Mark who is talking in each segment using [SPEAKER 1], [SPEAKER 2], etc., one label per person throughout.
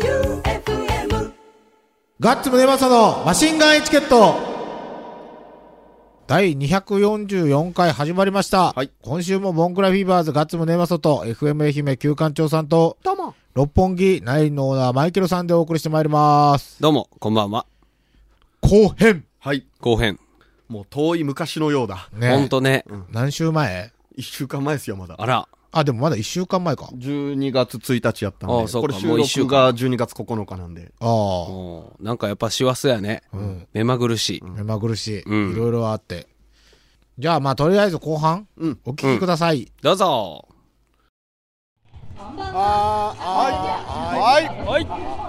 [SPEAKER 1] J-O-E-U-F-M
[SPEAKER 2] ガッツムネマソのマシンガンエチケット第244回始まりました。
[SPEAKER 3] はい
[SPEAKER 2] 今週もモンクラフィーバーズガッツムネマソと FM 愛媛旧館長さんと、
[SPEAKER 1] どうも
[SPEAKER 2] 六本木ナインのオーナーマイケルさんでお送りしてまいります。
[SPEAKER 4] どうも、こんばんは。
[SPEAKER 2] 後編
[SPEAKER 3] はい。
[SPEAKER 4] 後編。
[SPEAKER 3] もう遠い昔のようだ。
[SPEAKER 4] ほん
[SPEAKER 2] ね。
[SPEAKER 4] とね。
[SPEAKER 2] 何週前
[SPEAKER 3] 一週間前ですよ、まだ。
[SPEAKER 4] あら、
[SPEAKER 2] あ、でもまだ1週間前か。
[SPEAKER 3] 12月1日やったんで。
[SPEAKER 4] ああそうか
[SPEAKER 3] これ
[SPEAKER 4] もう一
[SPEAKER 3] 収
[SPEAKER 4] 週
[SPEAKER 3] 録が12月9日なんで。
[SPEAKER 2] ああ、
[SPEAKER 4] もう、なんかやっぱ師走やね。目まぐるしい。
[SPEAKER 2] 目まぐるしい。
[SPEAKER 4] うん
[SPEAKER 2] いろいろあって。じゃあまあとりあえず後半、
[SPEAKER 3] うん
[SPEAKER 2] お聞きください。
[SPEAKER 4] どうぞ
[SPEAKER 5] はい、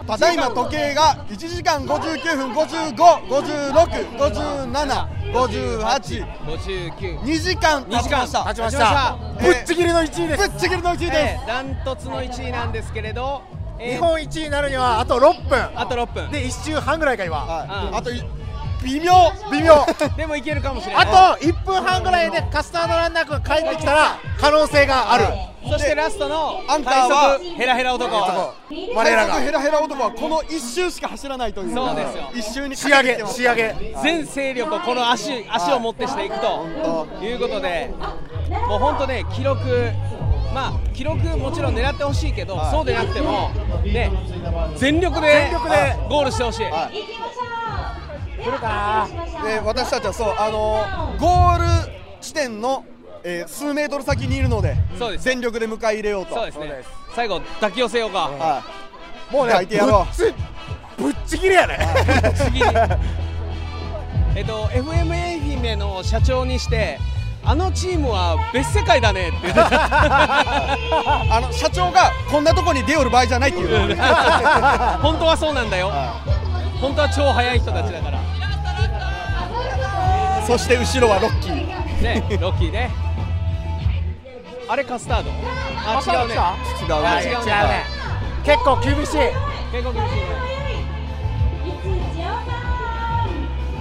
[SPEAKER 5] ただいま時計が1時間59分55565758
[SPEAKER 6] 59
[SPEAKER 5] 2時間経ちました
[SPEAKER 6] 経ちました
[SPEAKER 5] ぶっちぎりの1位ですぶっちぎりの1位です、
[SPEAKER 6] えーダントツの1位なんですけれど、えー
[SPEAKER 5] 日本1位になるにはあと6分
[SPEAKER 6] あと6分で
[SPEAKER 5] で1周半ぐらいか今、
[SPEAKER 6] うん
[SPEAKER 5] あとい微妙微妙
[SPEAKER 6] もいけるかもしれない
[SPEAKER 5] あと1分半ぐらいでカスタードランナー君帰ってきたら可能性がある、
[SPEAKER 6] そしてラストの
[SPEAKER 5] アンカーは
[SPEAKER 6] 快速ヘラヘラ男
[SPEAKER 5] 我らが
[SPEAKER 7] ヘラヘラ男はこの一周しか走らないという
[SPEAKER 6] そうですよ
[SPEAKER 7] 一周に
[SPEAKER 5] 仕上げ仕上げ
[SPEAKER 6] 全勢力をこの足足を持ってしていくということでもう本当ね記録まあ記録もちろん狙ってほしいけど、そうでなくてもね全力で
[SPEAKER 5] 全力で
[SPEAKER 6] あゴールしてほしい、
[SPEAKER 1] 行きましょう来るか
[SPEAKER 7] で私たちはそうあのーゴール地点の、えー数メートル先にいるので
[SPEAKER 6] そうです
[SPEAKER 7] 全力で迎え入れようと
[SPEAKER 6] そうですね最後抱き寄せようか、
[SPEAKER 7] はいもうね相手 やろう
[SPEAKER 5] ぶっちぎりやね
[SPEAKER 6] 次に えっと FM 愛媛の社長にしてあのチームは別世界だねって言ってた
[SPEAKER 7] あの社長がこんなとこに出よる場合じゃないっていう
[SPEAKER 6] 本当はそうなんだよ本当は超速い人たちだから
[SPEAKER 7] そして後ろはロッキー
[SPEAKER 6] ねロッキーねあれカスタードあ違うね
[SPEAKER 7] 違
[SPEAKER 6] あ
[SPEAKER 7] う
[SPEAKER 6] 違
[SPEAKER 7] ね
[SPEAKER 6] うね
[SPEAKER 5] 結構厳しい
[SPEAKER 6] 結構厳しいね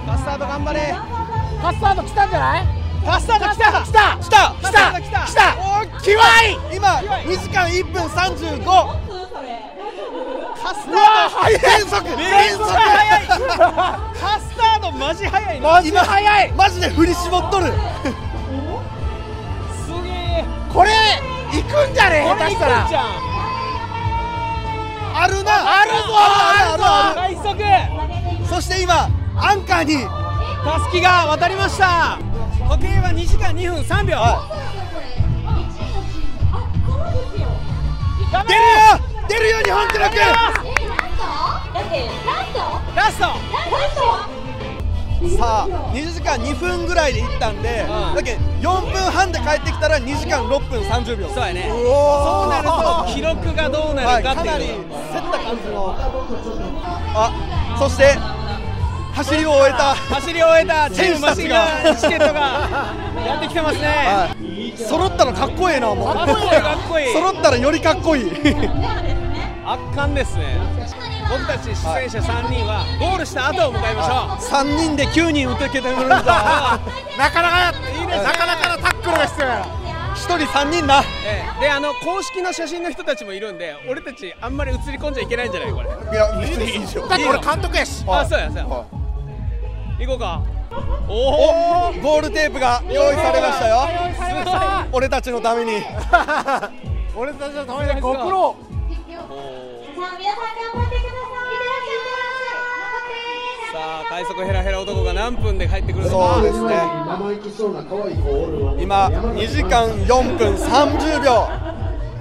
[SPEAKER 6] カスタード頑張れ
[SPEAKER 5] カスタード来たんじゃない
[SPEAKER 6] カスタード来た
[SPEAKER 5] 来た来
[SPEAKER 6] 来た
[SPEAKER 5] た
[SPEAKER 6] 来た
[SPEAKER 5] 来たきわい
[SPEAKER 7] 今2時間1分35
[SPEAKER 6] カス
[SPEAKER 7] うわ速い変速変 速
[SPEAKER 6] カスタードマジ速いね
[SPEAKER 7] マジ速いマジで振り絞っとる
[SPEAKER 6] すげえ
[SPEAKER 5] これ行くんじゃね
[SPEAKER 6] こ
[SPEAKER 5] え下
[SPEAKER 6] れ
[SPEAKER 5] 手し
[SPEAKER 6] いく
[SPEAKER 5] た
[SPEAKER 6] ん
[SPEAKER 5] ら
[SPEAKER 6] じゃん
[SPEAKER 7] あるなあるぞあるぞある
[SPEAKER 6] 快速
[SPEAKER 7] そして今アンカーに
[SPEAKER 6] たすきが渡りました時計は2時間2分3秒頑
[SPEAKER 7] 出
[SPEAKER 6] 張れ
[SPEAKER 7] るよ出るよ日本記録
[SPEAKER 6] ラスト
[SPEAKER 7] さあ2時間2分ぐらいで行ったんで、だけど4分半で帰ってきたら2時間6分30秒
[SPEAKER 6] そうやね
[SPEAKER 7] お
[SPEAKER 6] そうなる
[SPEAKER 7] は
[SPEAKER 6] と記録がどうなる
[SPEAKER 7] い、
[SPEAKER 6] か
[SPEAKER 7] か
[SPEAKER 6] って
[SPEAKER 7] なり
[SPEAKER 6] い
[SPEAKER 7] 競
[SPEAKER 6] う、
[SPEAKER 7] った感じのあそして走りを終えた
[SPEAKER 6] 走り終えたチームマシンガン
[SPEAKER 7] 選手たちが
[SPEAKER 6] チケットがやってきてますね、
[SPEAKER 7] 揃ったのかっこええなもう
[SPEAKER 6] かっこいいかっこいい
[SPEAKER 7] 揃ったらよりかっこいい
[SPEAKER 6] 圧巻ですね僕たち出演者3人はゴールした後を迎えましょう
[SPEAKER 7] 3人で9人受けてもらう
[SPEAKER 6] あ
[SPEAKER 7] ぞ
[SPEAKER 6] ー
[SPEAKER 5] なかなか
[SPEAKER 6] いいですね
[SPEAKER 5] なかなかのタックルが必要や
[SPEAKER 7] 1人3人な
[SPEAKER 6] ええであの公式の写真の人たちもいるんで俺たちあんまり映り込んじゃいけないんじゃないこれ
[SPEAKER 7] いや別にいいでしょ
[SPEAKER 5] だって俺監督やし
[SPEAKER 6] あそうやそうや
[SPEAKER 7] は
[SPEAKER 6] 行こうかおお
[SPEAKER 7] おーゴールテープが用意されましたよ
[SPEAKER 6] すごい
[SPEAKER 7] 俺たちのために
[SPEAKER 5] 俺たちのためにご苦労
[SPEAKER 6] さあ快速ヘラヘラ男が何分で帰ってくるのか
[SPEAKER 7] そうですね今2時間4分30秒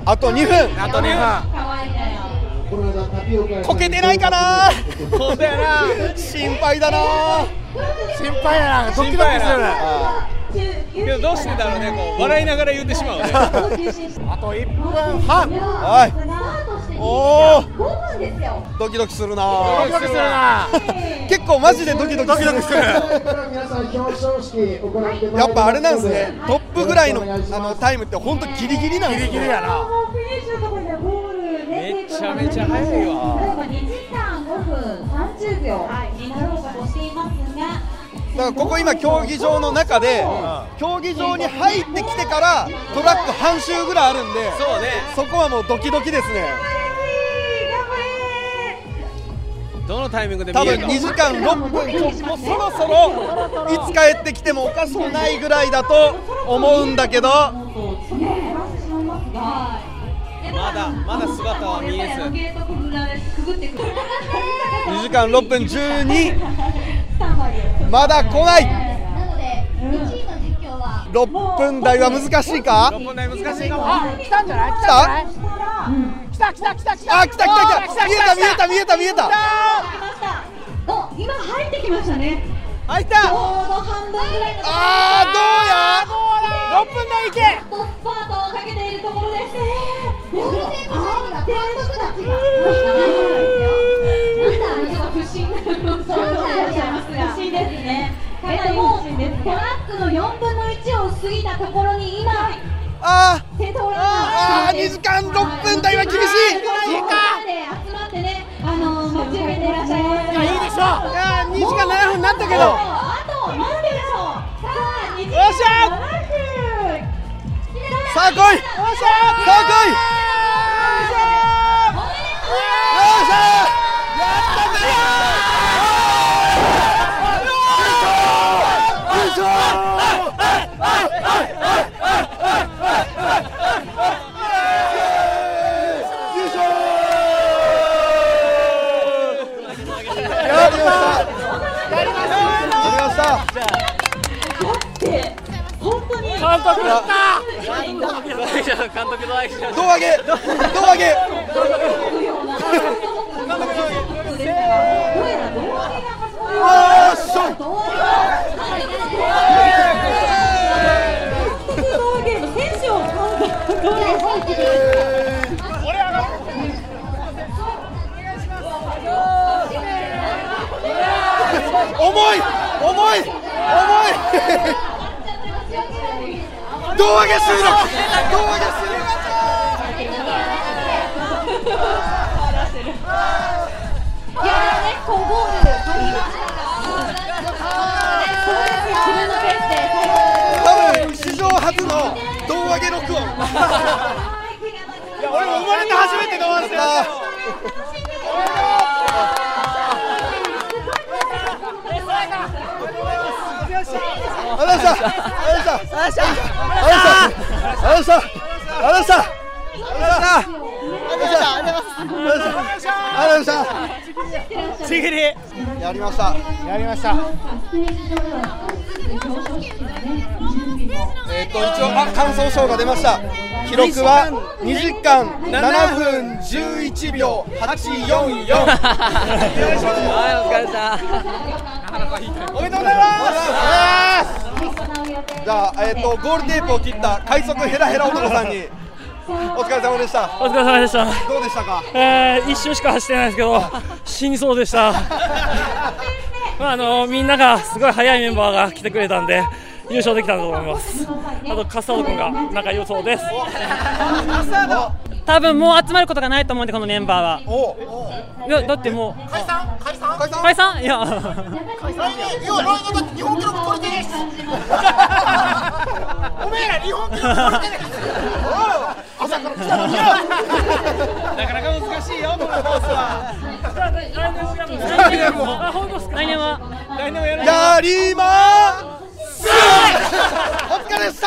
[SPEAKER 7] あと2分
[SPEAKER 6] あと2
[SPEAKER 7] こけてないかな
[SPEAKER 6] 分そうだよな
[SPEAKER 7] 心配だな
[SPEAKER 5] 心配やなドキドキする
[SPEAKER 6] 心配や
[SPEAKER 5] あ
[SPEAKER 6] けどどうしてだろうねこう笑いながら言ってしまうね
[SPEAKER 5] と1分半
[SPEAKER 7] はいおー
[SPEAKER 1] 5分ですよ
[SPEAKER 7] ドキドキするな
[SPEAKER 5] ドキドキするな
[SPEAKER 7] 結構マジでドキドキするや
[SPEAKER 8] や
[SPEAKER 7] っぱあれなんですねトップぐらいのあのタイムって本当ギリギリなんです
[SPEAKER 5] ギリ
[SPEAKER 7] ね
[SPEAKER 5] ギリやな
[SPEAKER 1] もうフィニッシュのところでゴール
[SPEAKER 6] めちゃめちゃ早いわ
[SPEAKER 1] 2時間5分30秒になろうとしていますが
[SPEAKER 7] だからここ今競技場の中で競技場に入ってきてからトラック半周ぐらいあるんで
[SPEAKER 6] そうね
[SPEAKER 7] そこはもうドキドキですね
[SPEAKER 1] あ
[SPEAKER 4] どのタイミングで
[SPEAKER 3] 多
[SPEAKER 4] 見
[SPEAKER 3] 分
[SPEAKER 4] える
[SPEAKER 3] 2時間6分ちょもうそろそろいつ帰ってきてもおかしくないぐらいだと思うんだけど
[SPEAKER 4] まだまだ姿は見えず
[SPEAKER 3] 2時間6分12まだ来ない
[SPEAKER 9] なので、1位の実況は
[SPEAKER 3] 6分台は難しいか
[SPEAKER 4] 6分台難しいかも
[SPEAKER 7] 来たんじゃない
[SPEAKER 3] 来た
[SPEAKER 7] 来た来た来た来た
[SPEAKER 3] あ来た来た来た見えた見えた見えた見えた
[SPEAKER 1] 今入ってきましたね。
[SPEAKER 3] あいた
[SPEAKER 1] ちょうど半分ぐらいのところ
[SPEAKER 3] あ
[SPEAKER 7] 6分台いけ
[SPEAKER 1] トップパートをかけているところですね。
[SPEAKER 9] ゴールデンタイムには監督たちが
[SPEAKER 1] なんだちょっと不審な表情をしてらっしゃいますが。不審ですね。かなり不審です。トラックの4分の1を過ぎたところに今、
[SPEAKER 3] あ
[SPEAKER 1] 先頭ランナー
[SPEAKER 3] あー2時間6分台は厳し
[SPEAKER 1] い
[SPEAKER 3] い
[SPEAKER 1] か。集まってね、あの待ち受けていらっしゃいますが。
[SPEAKER 7] いいでし
[SPEAKER 3] あ
[SPEAKER 7] ょ
[SPEAKER 3] 2時間7分になったけ
[SPEAKER 1] あ
[SPEAKER 3] ど
[SPEAKER 1] と何秒でしょう。さあ、2時
[SPEAKER 3] よっしゃ
[SPEAKER 1] 間7分。
[SPEAKER 3] さあ来いさあ来いよっしゃやったぜやりましたやりました
[SPEAKER 1] だって本当に監
[SPEAKER 7] 督だ
[SPEAKER 3] 胴上げ胴上げ重い重い重い胴上げ収録胴上げ収録多分史上初の胴上げ録音俺も生まれて初めて胴上げだありがとうございましたありがとうございましたありがとうございましたありがとうございましたありがとうございましたありがとうございましたありがとうございましたありがとうございましたやりました
[SPEAKER 10] やりました
[SPEAKER 3] えっと一応あ感想賞が出ました記録は2時間7分11秒844
[SPEAKER 4] はいお疲れさ
[SPEAKER 3] おめでとうございますじゃあ、えっとゴールテープを切った快速ヘラヘラ男さんにお疲れ様でした
[SPEAKER 6] お疲れ様でした、
[SPEAKER 3] どうでしたか
[SPEAKER 6] えー一周しか走ってないんですけど死にそうでした、まあ、あのみんながすごい速いメンバーが来てくれたんで優勝できたと思いますあとカスタード君が仲良そうです
[SPEAKER 7] 多分もう集まることがないと思うんでこのメンバーは
[SPEAKER 3] お
[SPEAKER 7] いやだってもう
[SPEAKER 3] 解散
[SPEAKER 7] 解散いや
[SPEAKER 4] んなかなか 難しいよこのコースは
[SPEAKER 7] 来年も来年は
[SPEAKER 4] 来年もやらない
[SPEAKER 3] やりまーすお疲れっした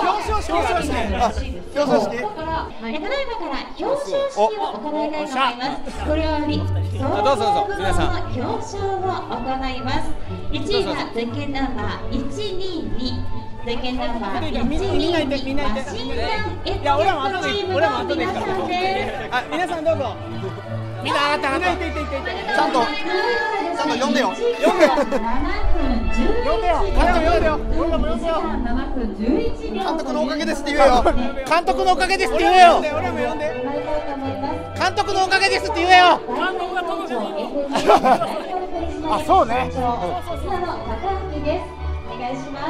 [SPEAKER 4] 表彰式があるんで
[SPEAKER 3] 表彰式
[SPEAKER 1] どうぞどうぞ皆さん表彰を行います1位がゼケンナンバー122ゼケンナンバー122マシンガンエッ
[SPEAKER 4] いや俺も後
[SPEAKER 1] トチ
[SPEAKER 4] で
[SPEAKER 1] ーム
[SPEAKER 4] 俺も後
[SPEAKER 1] の
[SPEAKER 4] で
[SPEAKER 1] 皆
[SPEAKER 4] 行く
[SPEAKER 1] さ
[SPEAKER 4] から
[SPEAKER 1] んです
[SPEAKER 4] あ皆さんどうぞみんな上がった上がったいていていていて
[SPEAKER 3] ちゃんとちゃんと呼んで
[SPEAKER 1] 呼
[SPEAKER 3] よ
[SPEAKER 1] んでよ呼んでよ俺らも呼んでよ
[SPEAKER 3] 監督のおかげですって言えよ
[SPEAKER 10] 監督のおかげですって言え
[SPEAKER 4] 俺も呼
[SPEAKER 10] よ
[SPEAKER 4] んで俺も呼んで
[SPEAKER 10] 監督のおかげですって言えよ
[SPEAKER 1] あ、そう ね。お願いします。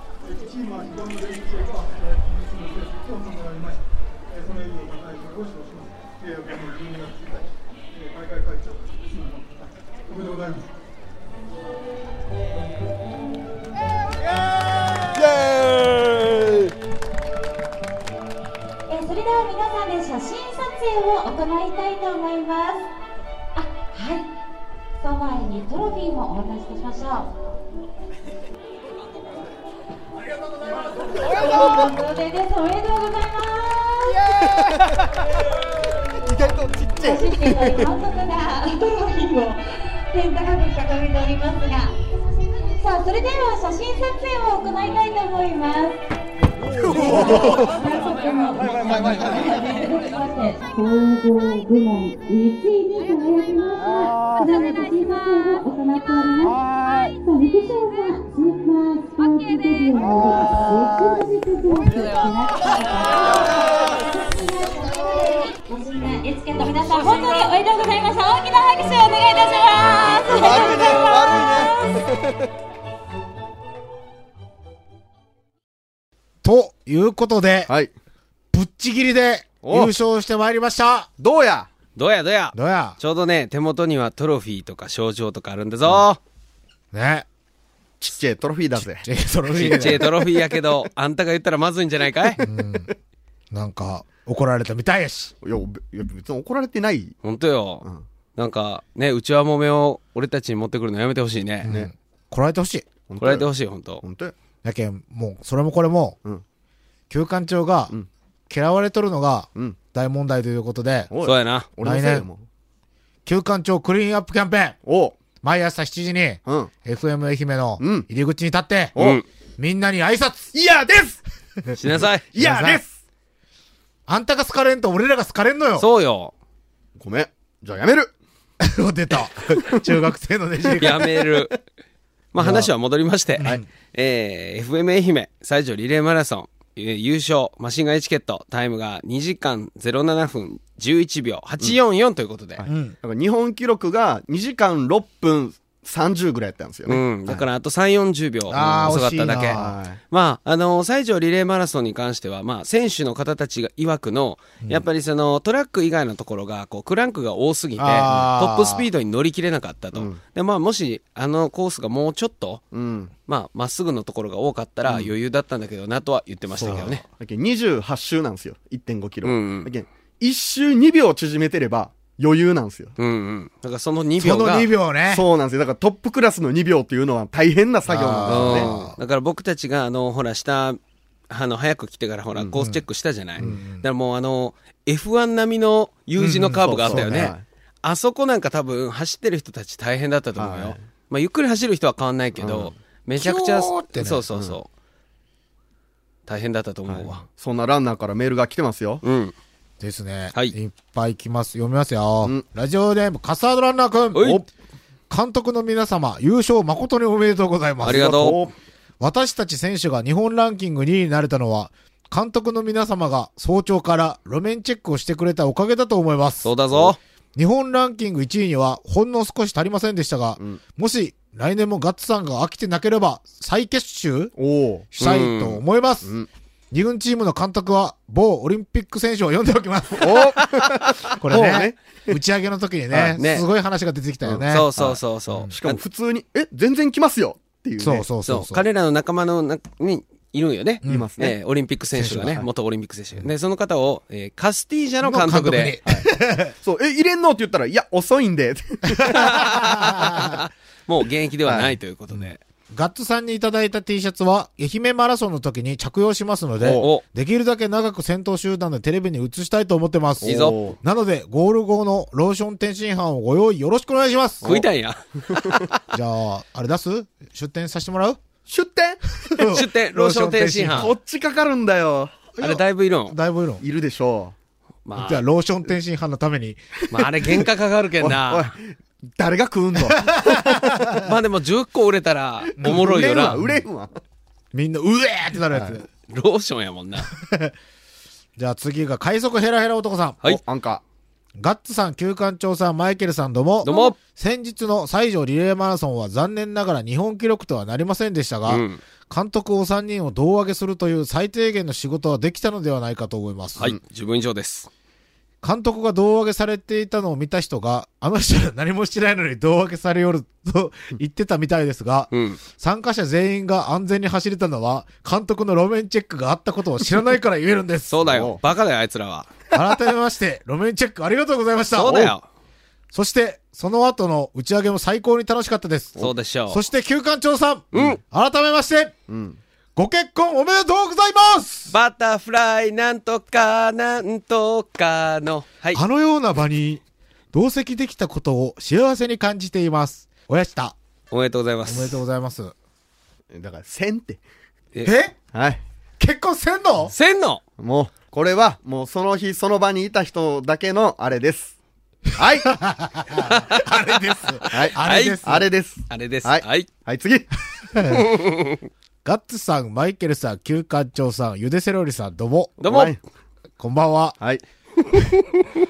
[SPEAKER 11] えーおめでとうございます。
[SPEAKER 1] えーそれでは皆さんで写真撮影を行いたいと思いますあはいその前にトロフィーもお渡しいたしましょうありがとうございますおめでとうございます意外とちっちゃい写真集の監督がトロフィーを天高く掲げておりますがさあそれでは写真撮影を行いたいと思います総合部門1位に輝きました。ただいま審査制を行っております。さあ、陸上はスーパースポーツデビューのエクスクルーブコースを決めました。エチケット皆さん本当におめでとうございました。大きな拍手をお願いいたします。
[SPEAKER 2] ということで、ぶっちぎりで優勝してまいりました。
[SPEAKER 4] どうやどうやどうや
[SPEAKER 2] どうや
[SPEAKER 4] ちょうどね、手元にはトロフィーとか賞状とかあるんだぞ。
[SPEAKER 2] ね。
[SPEAKER 4] ちっちゃいトロフィーだぜ。
[SPEAKER 2] ちっちゃいトロフィー
[SPEAKER 4] ちっちゃいトロフィーや けど、あんたが言ったらまずいんじゃないかい
[SPEAKER 2] なんか、怒られたみたいやし。
[SPEAKER 4] いや、別に怒られてない。ほんとよ。なんか、ね、うちわもめを俺たちに持ってくるのやめてほしいね。
[SPEAKER 2] こらえてほしい。
[SPEAKER 4] こらえてほしい、ほんと。
[SPEAKER 2] やけん、もう、それもこれも、旧館長が、嫌われとるのが、大問題ということで、
[SPEAKER 4] おいそうやな俺のせ
[SPEAKER 2] 来
[SPEAKER 4] いだ
[SPEAKER 2] 年
[SPEAKER 4] も、
[SPEAKER 2] 旧館長クリーンアップキャンペーン、毎朝7時に、FM 愛媛の入り口に立って、
[SPEAKER 4] うん
[SPEAKER 2] みんなに挨拶いやです
[SPEAKER 4] しなさい
[SPEAKER 2] いやですあんたが好かれんと俺らが好かれんのよ
[SPEAKER 4] そうよ。
[SPEAKER 2] ごめん。じゃあやめる 出た。中学生のねじり
[SPEAKER 4] やめる。まあ
[SPEAKER 2] いや
[SPEAKER 4] 話は戻りまして、えー FM 愛媛西条リレーマラソン、えー優勝、マシンガンエチケット、タイムが2時間07分11秒844ということで。
[SPEAKER 3] なんか日本記録が2時間6分30ぐらいやったんですよね。
[SPEAKER 4] うん、だからあと3、40秒遅
[SPEAKER 3] あー
[SPEAKER 4] かっただけ
[SPEAKER 3] 惜しいな。
[SPEAKER 4] まあ、あの、西条リレーマラソンに関しては、まあ、選手の方たちが曰くの、やっぱりその、トラック以外のところが、こう、クランクが多すぎて、ト
[SPEAKER 2] あー
[SPEAKER 4] ップスピードに乗り切れなかったと。で、まあ、もし、あのコースがもうちょっと、まあ、まっすぐのところが多かったら
[SPEAKER 3] うん
[SPEAKER 4] 余裕だったんだけどなとは言ってましたけどね。
[SPEAKER 3] だけど28周なんですよ。1.5キロ。
[SPEAKER 4] うん
[SPEAKER 3] だけど1周2秒縮めてれば余裕なんですよ。
[SPEAKER 4] うんうん。だからその2秒が。
[SPEAKER 3] そうなんですよ。だからトップクラスの2秒っていうのは大変な作業なんですよね。
[SPEAKER 4] うんだから僕たちがあのほら下あの早く来てからほらコースチェックしたじゃない、だからもうあの F1 並みの U 字のカーブがあったよね,、
[SPEAKER 3] うんうんそうそう
[SPEAKER 4] あそこなんか多分走ってる人たち大変だったと思うよ、まあ、ゆっくり走る人は変わんないけど、めちゃくちゃ
[SPEAKER 3] キョーってね
[SPEAKER 4] そうそうそう、大変だったと思うわ、
[SPEAKER 3] そんなランナーからメールが来てますよ。
[SPEAKER 2] ですね。い。っぱい来ます。読みますよ。ラジオネーム、カスタードランナーくん。お監督の皆様、優勝誠におめでとうございます。
[SPEAKER 4] ありがと
[SPEAKER 2] う。私たち選手が日本ランキング2位になれたのは、監督の皆様が早朝から路面チェックをしてくれたおかげだと思います。
[SPEAKER 4] そうだぞ。
[SPEAKER 2] 日本ランキング1位にはほんの少し足りませんでしたが、もし来年もガッツさんが飽きてなければ再結集したいと思います。二軍チームの監督は某オリンピック選手を呼んでおきます。 これね打ち上げの時にね
[SPEAKER 3] あね
[SPEAKER 2] すごい話が出てきたよね。
[SPEAKER 4] そうそうそうそう、
[SPEAKER 3] しかも普通に、え、全然来ますよっていうね。
[SPEAKER 2] そうそうそうそう
[SPEAKER 4] 彼らの仲間の中にいるんよね。
[SPEAKER 3] いますね
[SPEAKER 4] えーオリンピック選手
[SPEAKER 3] 選
[SPEAKER 4] が
[SPEAKER 3] 手
[SPEAKER 4] ね、
[SPEAKER 3] が
[SPEAKER 4] 元オリンピック選手。で、その方を、えーカスティージャの監督で。
[SPEAKER 3] そう、え、入れんのって言ったら、いや、遅いんで。
[SPEAKER 4] もう現役ではないということで。
[SPEAKER 2] ガッツさんにいただいた T シャツは、愛媛マラソンの時に着用しますので
[SPEAKER 4] お、
[SPEAKER 2] できるだけ長く先頭集団でテレビに映したいと思ってます。
[SPEAKER 4] いいぞ
[SPEAKER 2] なので、ゴール後のローション天津飯をご用意よろしくお願いします。
[SPEAKER 4] 食いたいや。
[SPEAKER 2] おじゃあ、あれ出す出店させてもらう
[SPEAKER 3] 出店
[SPEAKER 4] 出店ローション天津飯
[SPEAKER 3] こっちかかるんだよ。
[SPEAKER 4] あれだいぶいる ん
[SPEAKER 2] だいぶいるん
[SPEAKER 3] いるでしょ
[SPEAKER 4] う。ま
[SPEAKER 2] じゃあ、ローション天津飯のために。
[SPEAKER 4] まあ、あれ原価かかるけん
[SPEAKER 2] おい
[SPEAKER 4] な。
[SPEAKER 3] 誰が食うんの
[SPEAKER 4] まあでも10個売れたら、 おもろいよな。
[SPEAKER 3] 売れんわ売れんわ。
[SPEAKER 2] みんな、うえーってなるやつ。
[SPEAKER 4] ローションやもんな。
[SPEAKER 2] じゃあ次が快速ヘラヘラ男さん。
[SPEAKER 4] はい。
[SPEAKER 3] アンカ
[SPEAKER 2] ガッツさん、旧館長さん、マイケルさん、どうも。
[SPEAKER 4] どうも。
[SPEAKER 2] 先日の西条リレーマラソンは残念ながら日本記録とはなりませんでしたが、
[SPEAKER 4] うん
[SPEAKER 2] 監督お三人を胴上げするという最低限の仕事はできたのではないかと思います。
[SPEAKER 4] はい。自分以上です。
[SPEAKER 2] 監督が胴上げされていたのを見た人が、あの人は何もしてないのに胴上げされよると言ってたみたいですが、参加者全員が安全に走れたのは、監督の路面チェックがあったことを知らないから言えるんです。
[SPEAKER 4] そうだよ。バカだよ、あいつらは。
[SPEAKER 2] 改めまして、路面チェックありがとうございました。
[SPEAKER 4] そうだよ。
[SPEAKER 2] そして、その後の打ち上げも最高に楽しかったです。
[SPEAKER 4] そうでしょう。
[SPEAKER 2] そして、旧館長さん、改めまして、ご結婚おめでとうございます
[SPEAKER 4] バタフライなんとかなんとかの、はい。
[SPEAKER 2] あのような場に同席できたことを幸せに感じています。おやした。
[SPEAKER 4] おめでとうございま
[SPEAKER 2] おめ
[SPEAKER 4] す。
[SPEAKER 2] でとうございます。
[SPEAKER 3] だから、せんって。
[SPEAKER 4] え
[SPEAKER 3] はい。
[SPEAKER 2] 結婚せんの
[SPEAKER 4] せんの
[SPEAKER 3] もう、これは、もうその日、その場にいた人だけの、あれです。はい。
[SPEAKER 2] あれです。
[SPEAKER 3] はい。
[SPEAKER 2] あれです
[SPEAKER 3] あれです。
[SPEAKER 4] あれです。は。
[SPEAKER 3] はいい。はい、次。
[SPEAKER 2] ガッツさん、マイケルさん、旧館長さん、ゆでセロリさん、どうも。
[SPEAKER 4] どうも
[SPEAKER 3] は。い
[SPEAKER 2] こんばんは。
[SPEAKER 3] はい。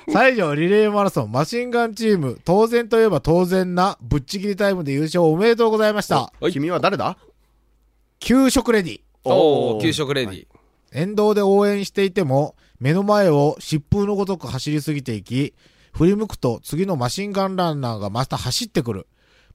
[SPEAKER 2] 西条リレーマラソンマシンガンチーム、当然といえば当然なぶっちぎりタイムで優勝おめでとうございました。
[SPEAKER 4] はい
[SPEAKER 3] 君は誰だ
[SPEAKER 2] 給食レディ。
[SPEAKER 4] おー、給食レディ。
[SPEAKER 2] 沿道で応援していても、目の前を疾風のごとく走りすぎていき、振り向くと次のマシンガンランナーがまた走ってくる。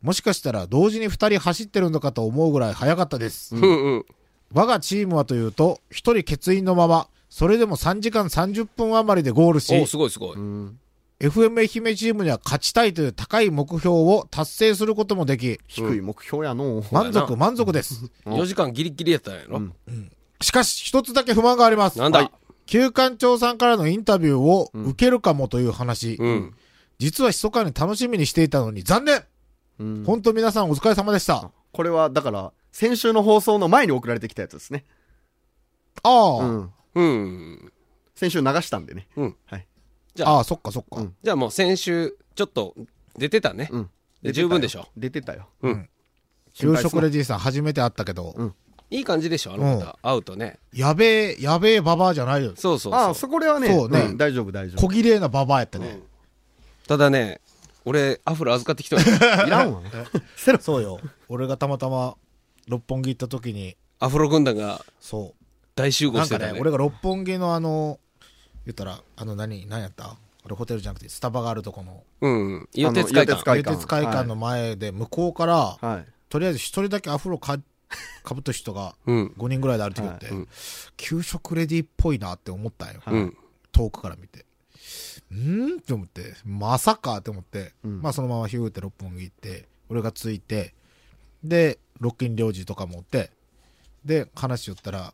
[SPEAKER 2] もしかしたら同時に二人走ってるのかと思うぐらい速かったです。
[SPEAKER 4] うんうん。
[SPEAKER 2] 我がチームはというと、一人欠員のまま、それでも3時間30分余りでゴール
[SPEAKER 4] おー、
[SPEAKER 2] し、
[SPEAKER 4] すごいすごい。うん。
[SPEAKER 2] FM 愛媛チームには勝ちたいという高い目標を達成することもでき、
[SPEAKER 3] 低い目標やのう。
[SPEAKER 2] 満足満足です。
[SPEAKER 4] 4時間ギリギリやったんやろ。
[SPEAKER 2] しかし、一つだけ不満があります。
[SPEAKER 4] なんだ
[SPEAKER 2] 旧館長さんからのインタビューを受けるかもという話。
[SPEAKER 4] うん。
[SPEAKER 2] 実は密かに楽しみにしていたのに残念
[SPEAKER 3] うん
[SPEAKER 2] 本当皆さんお疲れ様でした。
[SPEAKER 3] これは、だから、先週の放送の前に送られてきたやつですね。
[SPEAKER 2] ああ、
[SPEAKER 3] うん。
[SPEAKER 4] うん。
[SPEAKER 3] 先週流したんでね。
[SPEAKER 4] うん。
[SPEAKER 3] はい。
[SPEAKER 2] ああ、そっかそっか。
[SPEAKER 3] うん
[SPEAKER 4] じゃあもう先週、ちょっと出てたね。
[SPEAKER 3] うん。
[SPEAKER 4] で十分でしょ。
[SPEAKER 3] 出てたよ。
[SPEAKER 2] 昼食レジーさん初めて会ったけど、
[SPEAKER 3] うん
[SPEAKER 4] いい感じでしょ、あの方。会うとね。
[SPEAKER 2] やべえ、やべえババアじゃないよ。
[SPEAKER 4] そうそう
[SPEAKER 3] あ
[SPEAKER 4] そ
[SPEAKER 3] あ、
[SPEAKER 4] う。
[SPEAKER 3] そこではね、
[SPEAKER 2] そうね
[SPEAKER 3] ん大丈夫、大丈
[SPEAKER 2] 小
[SPEAKER 3] 夫。
[SPEAKER 2] 綺麗なババアやったね。
[SPEAKER 4] ただね、俺、アフロ預かって きてない。
[SPEAKER 3] いらんわ。セロ。
[SPEAKER 2] そうよ。俺がたまたま六本木行った時に、
[SPEAKER 4] アフロ軍団が
[SPEAKER 2] そ
[SPEAKER 4] 大集
[SPEAKER 2] う。
[SPEAKER 4] 合
[SPEAKER 2] なん
[SPEAKER 4] して
[SPEAKER 2] か
[SPEAKER 4] た
[SPEAKER 2] ね、
[SPEAKER 4] ね。
[SPEAKER 2] 俺が六本木のあの、言ったら、あの何、何やった俺ホテルじゃなくてスタバがあるとこの、
[SPEAKER 4] うん。予定使い
[SPEAKER 3] あの外
[SPEAKER 2] 冷
[SPEAKER 3] 観
[SPEAKER 2] 鉄会館の前で向こうから、
[SPEAKER 3] はい。
[SPEAKER 2] とりあえず一人だけアフロか かぶった人が
[SPEAKER 4] うん。
[SPEAKER 2] 5人ぐらいで歩いてくれて、給食レディっぽいなって思ったんよ、
[SPEAKER 4] うん。
[SPEAKER 2] 遠くから見て。んーって思って、まさかって思って、まあそのままヒューって六本木行って、俺がついて、で、ロッキン領事とか持って、で、話しよったら、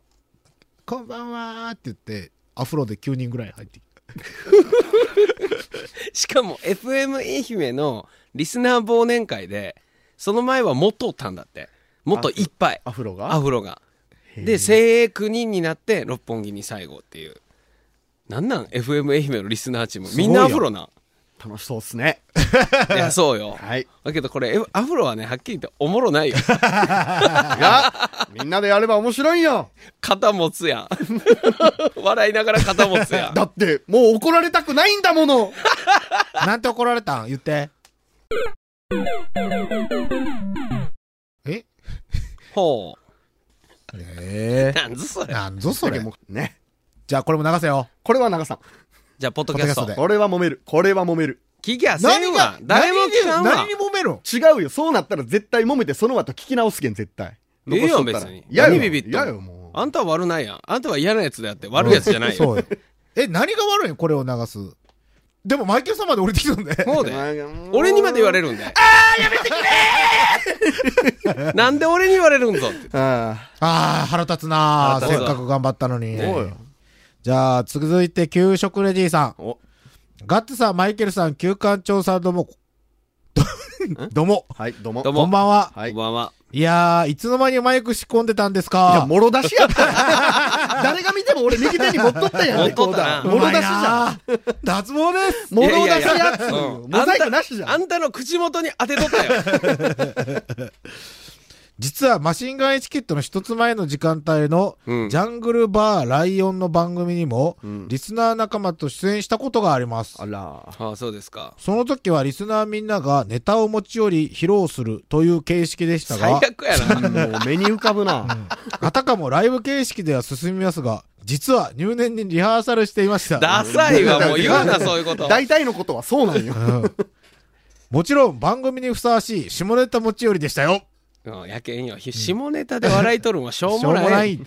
[SPEAKER 2] こんばんはーって言って、アフロで9人ぐらい入ってきた。
[SPEAKER 4] しかも FM 愛媛のリスナー忘年会でその前はもっとおったんだってもっといっぱい
[SPEAKER 3] アフロが
[SPEAKER 4] アフロがで精鋭9人になって六本木に最後っていうなんなん FM 愛媛のリスナーチームみんなアフロな
[SPEAKER 3] 楽しそうっすね。
[SPEAKER 4] いやそうよ
[SPEAKER 3] はい。
[SPEAKER 4] だけどこれえアフロはねはっきり言っておもろないよ
[SPEAKER 3] いや、みんなでやれば面白いよ。
[SPEAKER 4] 肩持つやん 笑いながら肩持つや ん
[SPEAKER 3] だって、もう怒られたくないんだもの。
[SPEAKER 2] なんて怒られたん言 って。え
[SPEAKER 4] ほ
[SPEAKER 2] え
[SPEAKER 4] うなんずそ
[SPEAKER 2] え
[SPEAKER 4] れ
[SPEAKER 2] なんぞそれ。
[SPEAKER 3] ね。
[SPEAKER 2] じゃあこれも流せよ。
[SPEAKER 3] これは長さん。
[SPEAKER 4] じゃあポッドキャ
[SPEAKER 2] ポ
[SPEAKER 4] ス
[SPEAKER 2] ッ
[SPEAKER 4] ト
[SPEAKER 2] ドキャスト
[SPEAKER 3] これは揉める。これは揉める。
[SPEAKER 4] 聞きゃせんわ誰も聞かんわ
[SPEAKER 2] 何に何に揉めるん
[SPEAKER 3] 違うよ。そうなったら絶対揉めて、その後聞き直すけん、絶対。
[SPEAKER 4] ええ
[SPEAKER 3] し
[SPEAKER 4] や
[SPEAKER 3] と
[SPEAKER 4] ん
[SPEAKER 3] ったら
[SPEAKER 4] 別に
[SPEAKER 3] 嫌よ。
[SPEAKER 4] 何ビビってんの
[SPEAKER 3] 嫌よ、もう。
[SPEAKER 4] あんたは悪ないやんあんたは嫌なやつであって悪いやつじゃない よ
[SPEAKER 2] そうよ。え、何が悪いんこれを流す。でもマイケルさんまで降りてきたんで。
[SPEAKER 4] そ うで。俺にまで言われるんで。ああやめてくれなんで俺に言われるんぞって。
[SPEAKER 3] あ
[SPEAKER 2] ああ、腹立つなあ
[SPEAKER 4] 腹
[SPEAKER 2] せっ
[SPEAKER 4] 立つわ
[SPEAKER 2] かく頑張ったのに。
[SPEAKER 4] ねそうよ
[SPEAKER 2] じゃあ、続いて、給食レディさん。
[SPEAKER 3] お
[SPEAKER 2] ガッツさん、マイケルさん、休館長さん、どうも。どうも。
[SPEAKER 3] あ。はい、どうも。
[SPEAKER 4] どうも
[SPEAKER 2] こんばんは。
[SPEAKER 3] はい。
[SPEAKER 4] こんばんは。
[SPEAKER 2] いやー、いつの間にマイク仕込んでたんです
[SPEAKER 3] いや、
[SPEAKER 2] か。
[SPEAKER 3] もろ出しやった。 誰が見ても俺右手に持っとったやん、
[SPEAKER 4] 持っとった
[SPEAKER 3] レコーダ
[SPEAKER 4] な
[SPEAKER 3] ーもろ出しじゃん。
[SPEAKER 2] ゃん。脱毛です。
[SPEAKER 3] もろ出しやっつう
[SPEAKER 4] う
[SPEAKER 3] よ
[SPEAKER 4] ん
[SPEAKER 3] モザイクなしじゃ
[SPEAKER 4] あ
[SPEAKER 3] ん。
[SPEAKER 4] んたの口元に当てとったよ。
[SPEAKER 2] 実はマシンガンエチケットの一つ前の時間帯の、ジャングルバーライオンの番組にも、リスナー仲間と出演したことがあります。
[SPEAKER 3] あら。
[SPEAKER 4] ああ、そうですか。
[SPEAKER 2] その時はリスナーみんながネタを持ち寄り披露するという形式でしたが、
[SPEAKER 4] 最悪やな
[SPEAKER 3] もう目に浮かぶな。
[SPEAKER 2] あたかもライブ形式では進みますが、実は入念にリハーサルしていました。
[SPEAKER 4] ダサいわ、もう言うな、そういうこと。
[SPEAKER 3] 大体のことはそうなんよ。
[SPEAKER 2] もちろん番組にふさわしい下ネタ持ち寄りでしたよ。
[SPEAKER 4] うんやけんよ。ひ下ネタで笑いとるんはしょうもない。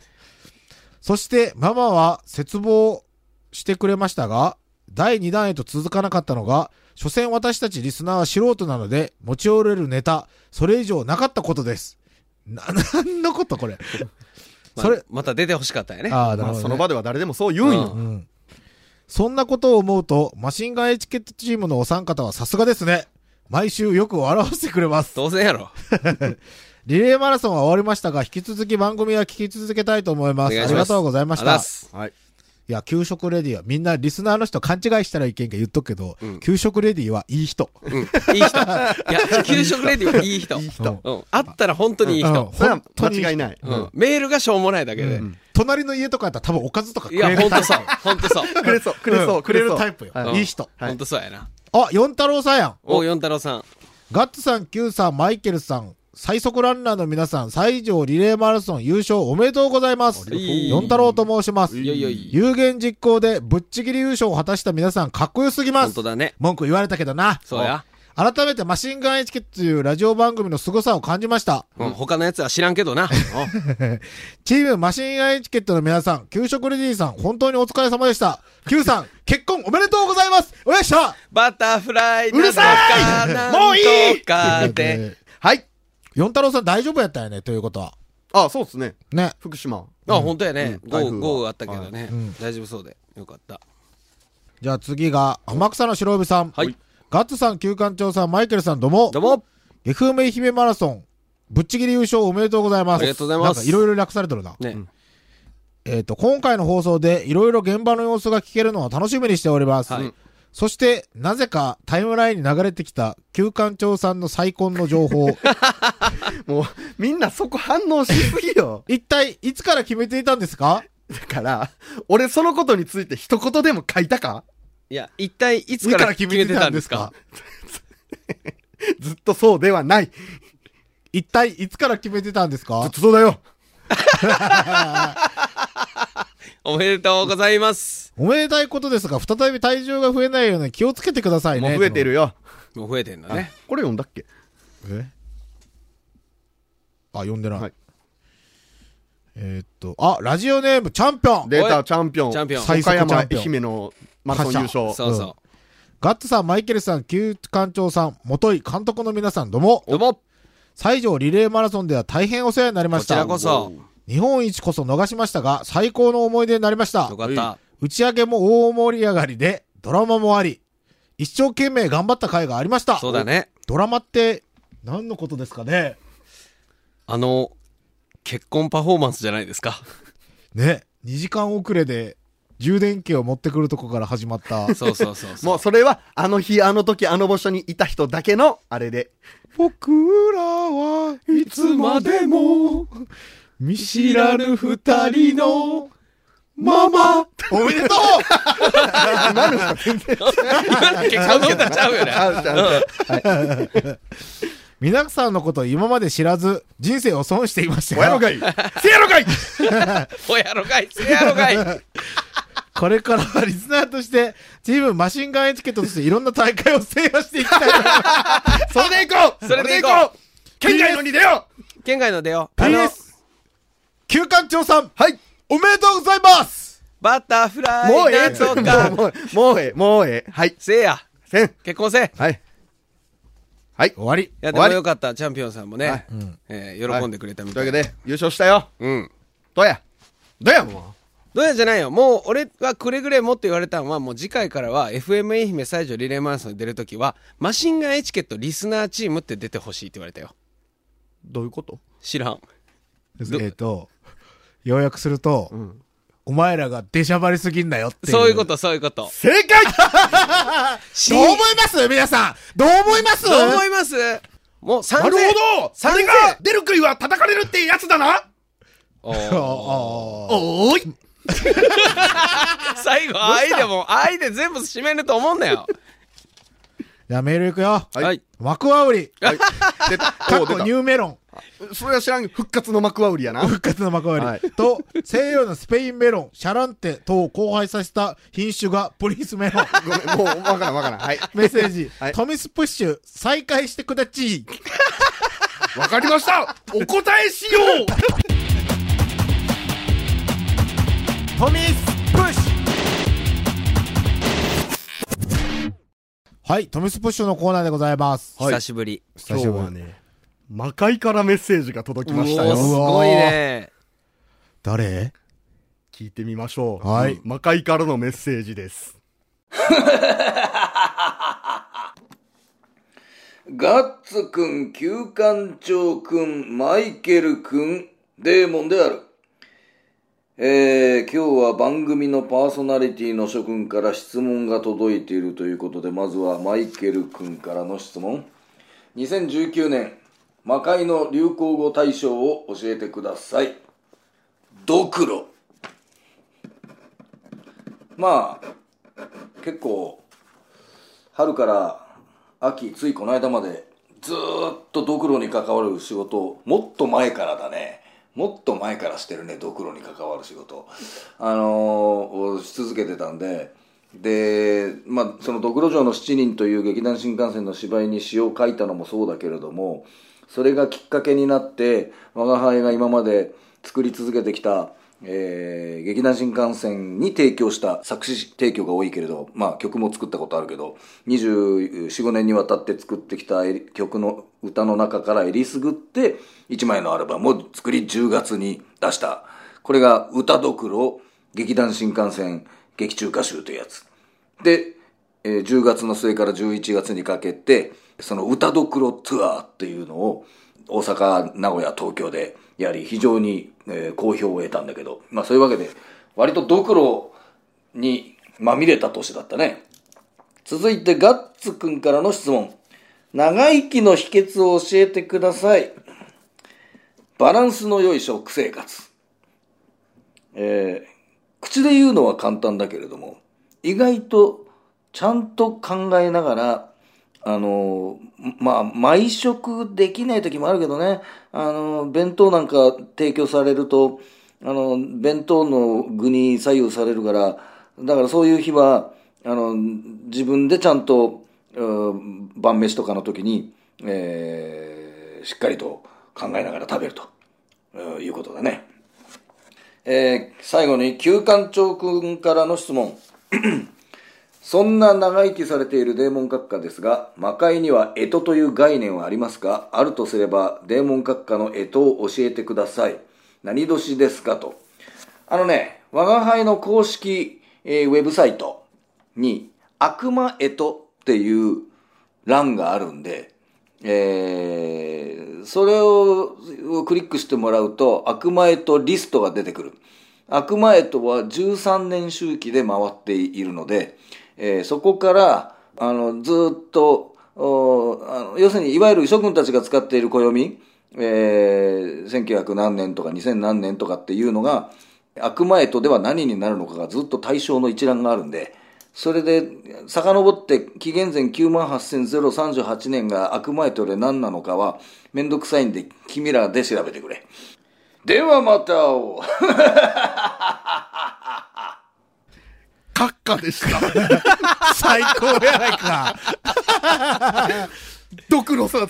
[SPEAKER 2] そしてママは絶望してくれましたが、第2弾へと続かなかったのが、所詮私たちリスナーは素人なので、持ち寄れるネタ、それ以上なかったことです。な、なんのこと これ。
[SPEAKER 4] まあ
[SPEAKER 2] それ、
[SPEAKER 4] また出てほしかったよね。
[SPEAKER 2] ああなるほどね
[SPEAKER 3] その場では誰でもそう言うんよ。
[SPEAKER 2] うん。そんなことを思うと、マシンガンエチケットチームのお三方はさすがですね。毎週よく笑わせてくれます。
[SPEAKER 4] 当然やろ。
[SPEAKER 2] リレーマラソンは終わりましたが、引き続き番組は聞き続けたいと思いま
[SPEAKER 4] お
[SPEAKER 2] す。
[SPEAKER 4] 願い
[SPEAKER 2] あ
[SPEAKER 4] しま
[SPEAKER 2] り
[SPEAKER 4] す
[SPEAKER 2] がとうございまし
[SPEAKER 4] あ
[SPEAKER 2] た
[SPEAKER 4] ざっ。す
[SPEAKER 3] はい。
[SPEAKER 2] いや、給食レディは、みんなリスナーの人勘違いしたらいけんか言っとくけど、給食レディはいい人。
[SPEAKER 4] うん。いい人。いや、給食レディはいい人。いい
[SPEAKER 2] 人。
[SPEAKER 4] うん。あったら本当にいい人。
[SPEAKER 2] それは
[SPEAKER 3] 間違いない
[SPEAKER 4] うん。メールがしょうもないだけで。
[SPEAKER 2] 隣の家とかやったら多分おかずとかく
[SPEAKER 4] い
[SPEAKER 2] れる
[SPEAKER 4] や、本
[SPEAKER 2] タイ
[SPEAKER 4] 当
[SPEAKER 2] プ
[SPEAKER 4] そう。本当そう。
[SPEAKER 3] くれそうくれそうん
[SPEAKER 2] くれるタイプよ。
[SPEAKER 4] うん
[SPEAKER 2] いい人。
[SPEAKER 4] 本当そうやな。
[SPEAKER 2] あ、四太郎さんやん。
[SPEAKER 4] お、四太郎さん。
[SPEAKER 2] ガッツさん、Q さん、マイケルさん、最速ランナーの皆さん、西条リレーマラソン優勝おめでとうございます。
[SPEAKER 4] りがとう
[SPEAKER 2] 四太郎と申します。
[SPEAKER 4] いやいやいや
[SPEAKER 2] 有言実行でぶっちぎり優勝を果たした皆さん、かっこよすぎま
[SPEAKER 4] 本
[SPEAKER 2] す
[SPEAKER 4] 当。だね。
[SPEAKER 2] 文句言われたけどな。
[SPEAKER 4] そうや。
[SPEAKER 2] 改めてマシンガンエチケットというラジオ番組の凄さを感じました。
[SPEAKER 4] うん。他のやつは知らんけどな。
[SPEAKER 2] チームマシンガンエチケットの皆さん、給食レディーさん、本当にお疲れ様でした。Q さ ん、結婚おめでとうございますおやっしゃ
[SPEAKER 4] バタフライな
[SPEAKER 2] うるさ
[SPEAKER 4] い
[SPEAKER 2] もういい
[SPEAKER 4] かで。
[SPEAKER 3] はい。
[SPEAKER 2] 四太郎さん大丈夫やったよね、ということは。
[SPEAKER 3] あ、そうですね。
[SPEAKER 2] ね。
[SPEAKER 3] 福島。
[SPEAKER 4] あ、本当やね。
[SPEAKER 3] うん
[SPEAKER 4] 豪
[SPEAKER 3] 台風
[SPEAKER 4] 雨、
[SPEAKER 3] は
[SPEAKER 4] 豪雨あったけど
[SPEAKER 2] い
[SPEAKER 4] ね
[SPEAKER 2] うん。
[SPEAKER 4] 大丈夫そうで。よかった。
[SPEAKER 2] じゃあ次が、天草の白帯さん。
[SPEAKER 4] はい。
[SPEAKER 2] ガッツさん、旧館長さん、マイケルさん、どうも。
[SPEAKER 4] どうも。
[SPEAKER 2] FM 愛媛マラソン、ぶっちぎり優勝おめでとうございます。
[SPEAKER 4] ありがとうございます
[SPEAKER 2] なんかいろいろ略されてるな。
[SPEAKER 4] ね。
[SPEAKER 2] えっ、と、今回の放送でいろいろ現場の様子が聞けるのを楽しみにしております。
[SPEAKER 4] はい
[SPEAKER 2] そして、なぜかタイムラインに流れてきた、旧館長さんの再婚の情報。。
[SPEAKER 3] もう、みんなそこ反応しすぎよ
[SPEAKER 2] 一体、いつから決めていたんですか
[SPEAKER 3] だから、俺そのことについて一言でも書いたか
[SPEAKER 4] いや、一体いつから決めてたんですか
[SPEAKER 3] ずっとそうではない。ず
[SPEAKER 2] 一体、いつから決めてたんですか
[SPEAKER 3] っとそうだよ。
[SPEAKER 4] おめでとうございます。
[SPEAKER 2] おめでたいことですが、再び体重が増えないように気をつけてくださいね。
[SPEAKER 3] もう増えてるよ。
[SPEAKER 4] もう増えてんだね。
[SPEAKER 3] これ読んだっけ
[SPEAKER 2] えあ、読んでない。
[SPEAKER 3] はい
[SPEAKER 2] えーっと、あ、ラジオネームチャンピオン
[SPEAKER 3] デー
[SPEAKER 4] お
[SPEAKER 3] タ
[SPEAKER 4] い
[SPEAKER 3] チャンピオン。
[SPEAKER 4] チャンピオン
[SPEAKER 2] 最
[SPEAKER 3] 岡
[SPEAKER 2] 速チャンピオン
[SPEAKER 3] 山愛媛のマラソン優勝。
[SPEAKER 4] そうそ
[SPEAKER 2] ガッツさん、マイケルさん、旧館長さん、元井監督の皆さん、どうも
[SPEAKER 4] う。。どうも。
[SPEAKER 2] 西条リレーマラソンでは大変お世話になりま
[SPEAKER 4] こ
[SPEAKER 2] し
[SPEAKER 4] ち
[SPEAKER 2] た。
[SPEAKER 4] らこそ。
[SPEAKER 2] 日本一こそ逃しましたが、最高の思い出になりました
[SPEAKER 4] よ。かった。
[SPEAKER 2] 打ち上げも大盛り上がりで、ドラマもあり、一生懸命頑張った回がありました。
[SPEAKER 4] そうだ。ね。
[SPEAKER 2] ドラマって、何のことですかね
[SPEAKER 4] あの、結婚パフォーマンスじゃないですか。
[SPEAKER 2] ね、2時間遅れで、充電器を持ってくるとこから始まった。
[SPEAKER 4] そうそうそ うそう。
[SPEAKER 3] もうそれは、あの日、あの時、あの場所にいた人だけの、あれで。
[SPEAKER 2] 僕らはいつまでも見知らぬ二人のママおめでと
[SPEAKER 4] 今の結婚ネタちゃうよね。
[SPEAKER 2] う皆さんのことを今まで知らず人生を損していました
[SPEAKER 3] おやろ
[SPEAKER 2] が
[SPEAKER 3] がいせやろがい
[SPEAKER 4] おやろがい、せやろがい。
[SPEAKER 2] これからはリスナーとしてチームマシンガンエチケットとしていろんな大会を制覇していきたいと思います
[SPEAKER 3] それで行こう
[SPEAKER 4] それで行こ
[SPEAKER 3] う県外のに出よう
[SPEAKER 4] 県外の出よう。あの
[SPEAKER 2] PS 旧館長さんはいおめでとうございます
[SPEAKER 4] バタフライ。
[SPEAKER 3] もうええ
[SPEAKER 4] なん
[SPEAKER 3] つも
[SPEAKER 4] と
[SPEAKER 3] う
[SPEAKER 4] か。
[SPEAKER 3] もうもうええ、もうええ。はい。
[SPEAKER 4] せいや。
[SPEAKER 3] せん。
[SPEAKER 4] 結婚せい。
[SPEAKER 3] はい。はい。
[SPEAKER 2] 終わり
[SPEAKER 4] いや、でもよかった。チャンピオンさんもね、
[SPEAKER 3] はい
[SPEAKER 4] えー喜んでくれたみ
[SPEAKER 3] と
[SPEAKER 4] た
[SPEAKER 3] いう
[SPEAKER 4] い。
[SPEAKER 3] わけで、優勝したよ。
[SPEAKER 4] うん。
[SPEAKER 3] どうやどうやも
[SPEAKER 4] どうやじゃないよ。もう、俺はくれぐれもって言われたのは、もう次回からは、FM 愛媛西条リレーマラソンに出るときは、マシンガンエチケットリスナーチームって出てほしいって言われたよ。
[SPEAKER 3] どういうこと
[SPEAKER 4] 知らん。ど
[SPEAKER 2] えっと要約すると、お前らが出しゃばりすぎんなよっていう
[SPEAKER 4] そういうこと、そういうこと。
[SPEAKER 3] 正解
[SPEAKER 4] し
[SPEAKER 2] どう思います皆さんどう思います
[SPEAKER 4] どう思いますもう3000
[SPEAKER 12] なるほどそれが出る杭は叩かれるってやつだな
[SPEAKER 4] お
[SPEAKER 12] おーい
[SPEAKER 4] 最後、愛でも、愛で全部締めると思うんだよ。
[SPEAKER 2] じゃあメールいくよ。はい。マクワウリ。はい。
[SPEAKER 3] 出た。
[SPEAKER 2] かっこニューメロン。
[SPEAKER 3] それは知らんけど復活のマクワウリやな。
[SPEAKER 2] 復活のマクワウリ。と、西洋のスペインメロン、シャランテ等を交配させた品種がプリンスメロン。
[SPEAKER 3] ごめん、もう、わからんわからん。はい。
[SPEAKER 2] メッセージ。トミスプッシュ、再開してくだちい。
[SPEAKER 12] わかりましたお答えしよう
[SPEAKER 2] トミスプッシュはい、トミスプッシュのコーナーでございます。
[SPEAKER 4] 久しぶり。
[SPEAKER 3] 今日はね、魔界からメッセージが届きました
[SPEAKER 4] うお
[SPEAKER 3] よ。
[SPEAKER 4] すごいね。
[SPEAKER 2] 誰
[SPEAKER 3] 聞いてみましょう。
[SPEAKER 2] はい
[SPEAKER 3] 魔界からのメッセージです。
[SPEAKER 13] ガッツくん、旧館長くん、マイケルくん、デーモンである。えー、今日は番組のパーソナリティの諸君から質問が届いているということで、まずはマイケルくんからの質問。2019年、魔界の流行語大賞を教えてください。ドクロ。まあ、結構、春から秋ついこの間までずーっとドクロに関わる仕事もっと前からだねもっと前からしてるねドクロに関わる仕事あのーをし続けてたんでで、まあ、その「ドクロ城の7人」という劇団新幹線の芝居に詩を書いたのもそうだけれどもそれがきっかけになって我が輩が今まで作り続けてきたえー劇団新幹線に提供した作詞提供が多いけれど、まあ、曲も作ったことあるけど245年にわたって作ってきたえり曲の歌の中からえりすぐって1枚のアルバムを作り10月に出したこれが「歌どくろ劇団新幹線劇中歌集」というやつで、えー10月の末から11月にかけてその「歌どくろツアー」っていうのを大阪名古屋東京でやり非常に、えー好評を得たんだけど、まあ、そういうわけで割とドクロにまみれた年だったね続いてガッツくんからの質問長生きの秘訣を教えてくださいバランスの良い食生活えー口で言うのは簡単だけれども意外とちゃんと考えながらあの、まあ、毎食できない時もあるけどね、あの、弁当なんか提供されると、あの、弁当の具に左右されるから、だからそういう日は、あの、自分でちゃんと、うん晩飯とかの時に、えーしっかりと考えながら食べると、うんいうことだね。えー最後に、旧館長くんからの質問。 そんな長生きされているデーモン閣下ですが、魔界には干支という概念はありますかあるとすれば、デーモン閣下の干支を教えてください。何年ですかと。あのね、我が輩の公式、えーウェブサイトに、悪魔干支っていう欄があるんで、えーそれををクリックしてもらうと、悪魔干支リストが出てくる。悪魔干支は13年周期で回っているので、えーそこから、あの、ずーっと、おーあの要するに、いわゆる諸君たちが使っている暦、えー、1900何年とか2000何年とかっていうのが、悪魔干支では何になるのかがずっと対象の一覧があるんで、それで、遡って、紀元前98,038年が悪魔干支で何なのかは、めんどくさいんで、君らで調べてくれ。ではまた会おう。
[SPEAKER 3] 閣下で した。
[SPEAKER 2] 最高やないか。
[SPEAKER 3] ドクロさ、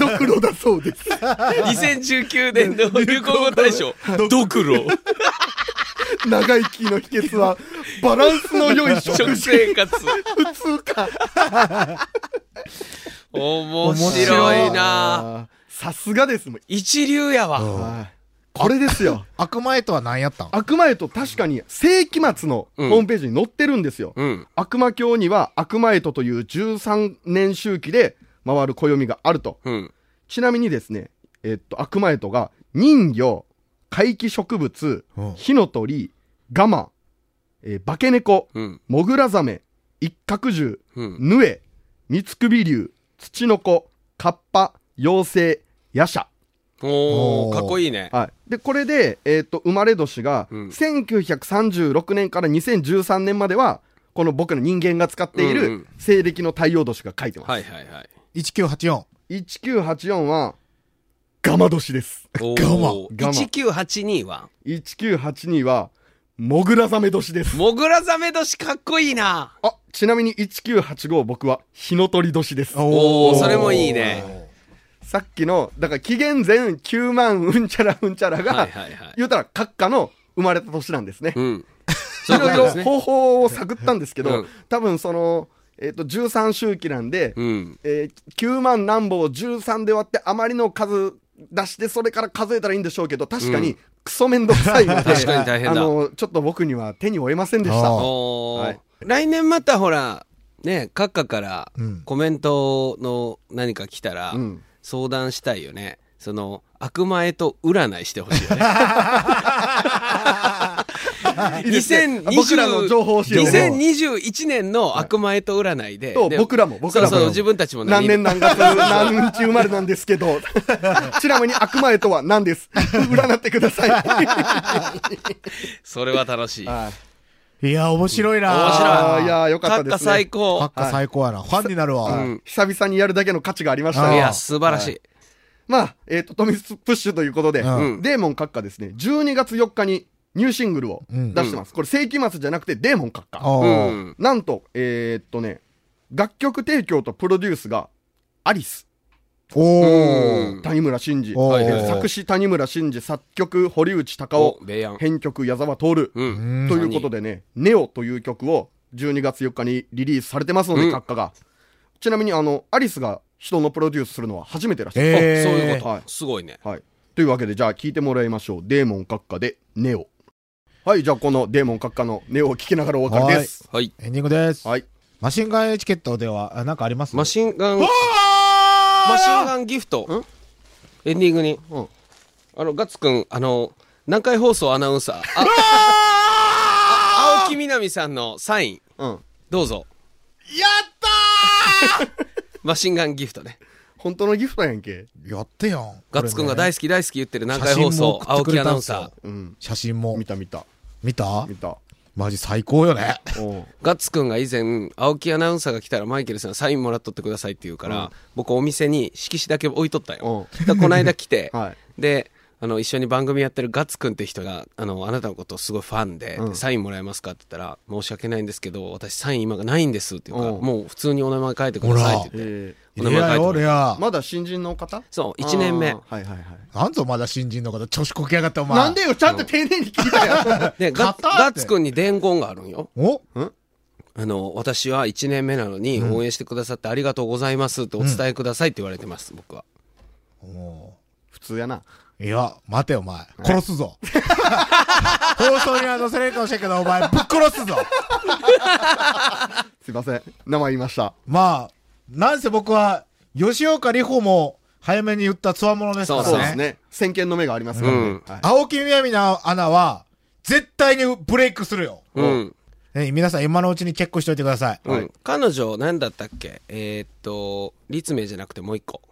[SPEAKER 3] ドクロだそうです。
[SPEAKER 4] 2019年の流行語大賞、ドクロ。
[SPEAKER 3] 長生きの秘訣は、バランスの良い食
[SPEAKER 4] 食
[SPEAKER 3] 事。
[SPEAKER 4] 生活。
[SPEAKER 3] 普通か。
[SPEAKER 4] 面白いな
[SPEAKER 3] さすがですもん。
[SPEAKER 4] 一流やわ。
[SPEAKER 3] これですよ。
[SPEAKER 2] 悪魔絵とは何やったん
[SPEAKER 3] 悪魔絵と確かに世紀末のホームページに載ってるんですよ。悪魔教には悪魔絵とという13年周期で回る暦があると。ちなみにですね、えっと、悪魔絵とが人魚、怪奇植物、火の鳥、ガマ、えー化け猫、モグラザメ、一角獣、ヌエ、三つ首竜、ツチノコ、カッパ、妖精、夜叉。
[SPEAKER 4] おおかっこいいね。
[SPEAKER 3] はい。で、これで、えっ、と、生まれ年が、1936年から2013年までは、この僕の人間が使ってい
[SPEAKER 4] うんう
[SPEAKER 3] る
[SPEAKER 4] ん
[SPEAKER 3] 西暦の太陽年が書いてます。
[SPEAKER 4] はいはいはい。
[SPEAKER 2] 1984。
[SPEAKER 3] 1984は、ガマ年です。ガマ。
[SPEAKER 4] 1982は
[SPEAKER 3] 1982は、モグラザメ年です。
[SPEAKER 4] モグラザメ年かっこいいな。
[SPEAKER 3] あ、ちなみに1985僕は、日の鳥年です。
[SPEAKER 4] おおそれもいいね。
[SPEAKER 3] さっきの、だから紀元前9万うんちゃらうんちゃらが、
[SPEAKER 4] はい はいはい
[SPEAKER 3] 言うたら閣下の生まれた年なんですね。い
[SPEAKER 4] そういうこ
[SPEAKER 3] ろい
[SPEAKER 4] とです
[SPEAKER 3] ろ
[SPEAKER 4] ね
[SPEAKER 3] 方法を探ったんですけど、
[SPEAKER 4] うん
[SPEAKER 3] 多分その、えっ、と、13周期なんで、
[SPEAKER 4] うん。
[SPEAKER 3] えー9万何本を13で割ってあまりの数出してそれから数えたらいいんでしょうけど確か
[SPEAKER 4] う
[SPEAKER 3] に
[SPEAKER 4] ん
[SPEAKER 3] クソめんどくさいので
[SPEAKER 4] 確かに大変だ
[SPEAKER 3] あのちょっと僕には手に負えませんでした
[SPEAKER 4] おお、
[SPEAKER 3] はい
[SPEAKER 4] 来年またほら、ね、閣下から
[SPEAKER 3] うん
[SPEAKER 4] コメントの何か来たら
[SPEAKER 3] うん、
[SPEAKER 4] 相談したいよね。その、悪魔へと占いしてほしいよね。
[SPEAKER 3] いいですね
[SPEAKER 4] 2020
[SPEAKER 3] 僕らの情報を教えて
[SPEAKER 4] 2021年の悪魔へと占いで。
[SPEAKER 3] と
[SPEAKER 4] で
[SPEAKER 3] 僕らも僕らも
[SPEAKER 4] そうそう、自分たちも
[SPEAKER 3] 何年何月何日生まれなんですけど ちなみに悪魔へとは何です 占ってください
[SPEAKER 4] それは楽しい。
[SPEAKER 2] いや、面白いな
[SPEAKER 4] 面白い
[SPEAKER 3] いやーよかったですね
[SPEAKER 4] 閣下最高
[SPEAKER 2] 閣下最高やな。ファンになるわ。
[SPEAKER 3] うん久々にやるだけの価値がありましたね
[SPEAKER 4] いや素晴らしい
[SPEAKER 3] はまあ、えっ、と、トミスプッシュということで、
[SPEAKER 2] うん
[SPEAKER 3] デーモン閣下ですね、12月4日にニューシングルを出してます。これ、世紀末じゃなくて、デーモン閣下。
[SPEAKER 2] おー
[SPEAKER 3] なんと、えっとね、楽曲提供とプロデュースが、アリス。
[SPEAKER 2] おー
[SPEAKER 3] うん谷村新司。
[SPEAKER 2] おー
[SPEAKER 3] で作詞谷村新司、作曲堀内孝
[SPEAKER 4] おベイヤン
[SPEAKER 3] 雄、編曲矢沢徹。ということでね、ネオという曲を12月4日にリリースされてますので、
[SPEAKER 4] うん
[SPEAKER 3] 閣下が。ちなみに、あの、アリスが人のプロデュースするのは初めてらしい
[SPEAKER 4] あ
[SPEAKER 3] で
[SPEAKER 4] そう
[SPEAKER 3] す。
[SPEAKER 4] いうこ
[SPEAKER 3] はい
[SPEAKER 4] と。すごいね。
[SPEAKER 3] はい。というわけで、じゃあ聞いてもらいましょう。デーモン閣下で、ネオ。はい、じゃあこのデーモン閣下のネオを聞きながらお別れです。
[SPEAKER 4] はい。
[SPEAKER 2] エンディングです。
[SPEAKER 3] はい。
[SPEAKER 2] マシンガンエチケットでは、あなんかあります
[SPEAKER 4] マシンガン、マシンガンギフト、エンディングに、あの、ガッツくん、あの、南海放送アナウンサー、ああ青木みなみさんのサイン、どうぞ。
[SPEAKER 12] やった
[SPEAKER 4] マシンガンギフトね。
[SPEAKER 3] 本当のギフトやんけ。
[SPEAKER 2] やってやん。
[SPEAKER 4] ガッツくんが大好き大好き言ってる南海
[SPEAKER 2] 写
[SPEAKER 4] 放
[SPEAKER 2] 真も
[SPEAKER 4] 送、
[SPEAKER 2] 送って
[SPEAKER 4] 青
[SPEAKER 2] くれ
[SPEAKER 4] 木
[SPEAKER 2] た
[SPEAKER 4] アナウン
[SPEAKER 2] ん
[SPEAKER 4] サ
[SPEAKER 2] す
[SPEAKER 4] ー。
[SPEAKER 2] 写真も。見
[SPEAKER 3] た見た。
[SPEAKER 2] 見た
[SPEAKER 3] 見た。
[SPEAKER 2] マジ最高よね。
[SPEAKER 4] ガッツくんが以前、青木アナウンサーが来たらマイケルさんサインもらっとってくださいって言うから、僕お店に色紙だけ置いとったよ。だからこの間来て、で、あの、一緒に番組やってるガッツくんって人が、あの、あなたのことすごいファンで、
[SPEAKER 6] うん
[SPEAKER 4] サインもらえますかって言ったら、申し訳ないんですけど、私サイン今がないんですっていうから、もう普通にお名前書いてくださいって言って。お名前書いてもらって
[SPEAKER 3] まだ新人の方
[SPEAKER 4] そう、1年目。
[SPEAKER 3] あーはいはいはい。
[SPEAKER 2] なんぞまだ新人の方、調子こきやがって、お前。
[SPEAKER 3] なんでよ、ちゃんと丁寧に聞いた よ。
[SPEAKER 4] で、ガッガッツくんに伝言があるんよ。
[SPEAKER 2] お
[SPEAKER 4] あの、私は1年目なのに、
[SPEAKER 2] うん
[SPEAKER 4] 応援してくださってありがとうございますってお伝えくださいって言われてます、僕は。
[SPEAKER 3] 普通やな。
[SPEAKER 2] いや、待てよ、お前。殺すぞ。放送には載せれるかもしれんけど、お前、ぶっ殺すぞ。
[SPEAKER 3] すいません。名前言いました。
[SPEAKER 2] まあ、なんせ僕は、吉岡里帆も早めに言ったつわものですからね。
[SPEAKER 3] そうですね。先見の目がありますからね。はい
[SPEAKER 2] 青木みやみなアナは、絶対にブレイクするよ。
[SPEAKER 4] うん
[SPEAKER 2] ね皆さん今のうちにチェックしといてください。
[SPEAKER 4] うん彼女、何だったっけえーっと、立命じゃなくてもう一個。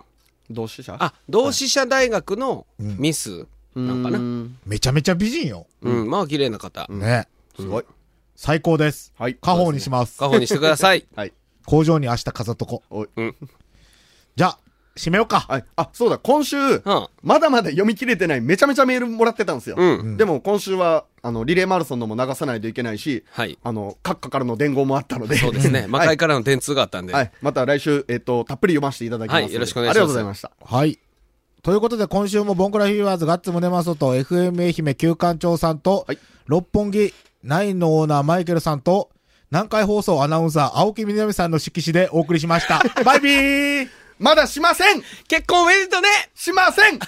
[SPEAKER 3] 同志社
[SPEAKER 4] あ、同志社大学のミスなんかな。うん、
[SPEAKER 2] めちゃめちゃ美人よ。
[SPEAKER 4] まあ、綺麗な方。
[SPEAKER 2] ね。
[SPEAKER 3] すごい。
[SPEAKER 2] 最高です。
[SPEAKER 3] はい。
[SPEAKER 2] 家宝にします。
[SPEAKER 4] 家宝にしてくだ さい。
[SPEAKER 3] はい。
[SPEAKER 2] 工場に明日飾っとこ。
[SPEAKER 3] おい。
[SPEAKER 2] じゃあ、締めようか。
[SPEAKER 3] はい。あ、そうだ、今週、まだまだ読み切れてない、めちゃめちゃメールもらってたんですよ。
[SPEAKER 4] うん
[SPEAKER 3] でも今週は、あの、リレーマラソンのも流さないといけないし、あの、各家からの伝言もあったので。
[SPEAKER 4] そうです ね。魔
[SPEAKER 3] は
[SPEAKER 4] 界
[SPEAKER 3] い。
[SPEAKER 4] からの電通があったんで。
[SPEAKER 3] はいまた来週、えっ、と、たっぷり読ませていただきますので、
[SPEAKER 4] はいよろしくお願いします
[SPEAKER 3] ありがとうございました。
[SPEAKER 2] はい。ということで、今週もボンクラフィーバーズガッツムネマソと FM 愛媛旧館長さんと、六本木ナインのオーナーマイケルさんと、南海放送アナウンサー青木みなみさんの色紙でお送りしました。バイビー
[SPEAKER 3] まだしません
[SPEAKER 4] 結婚おめでとうね
[SPEAKER 3] しません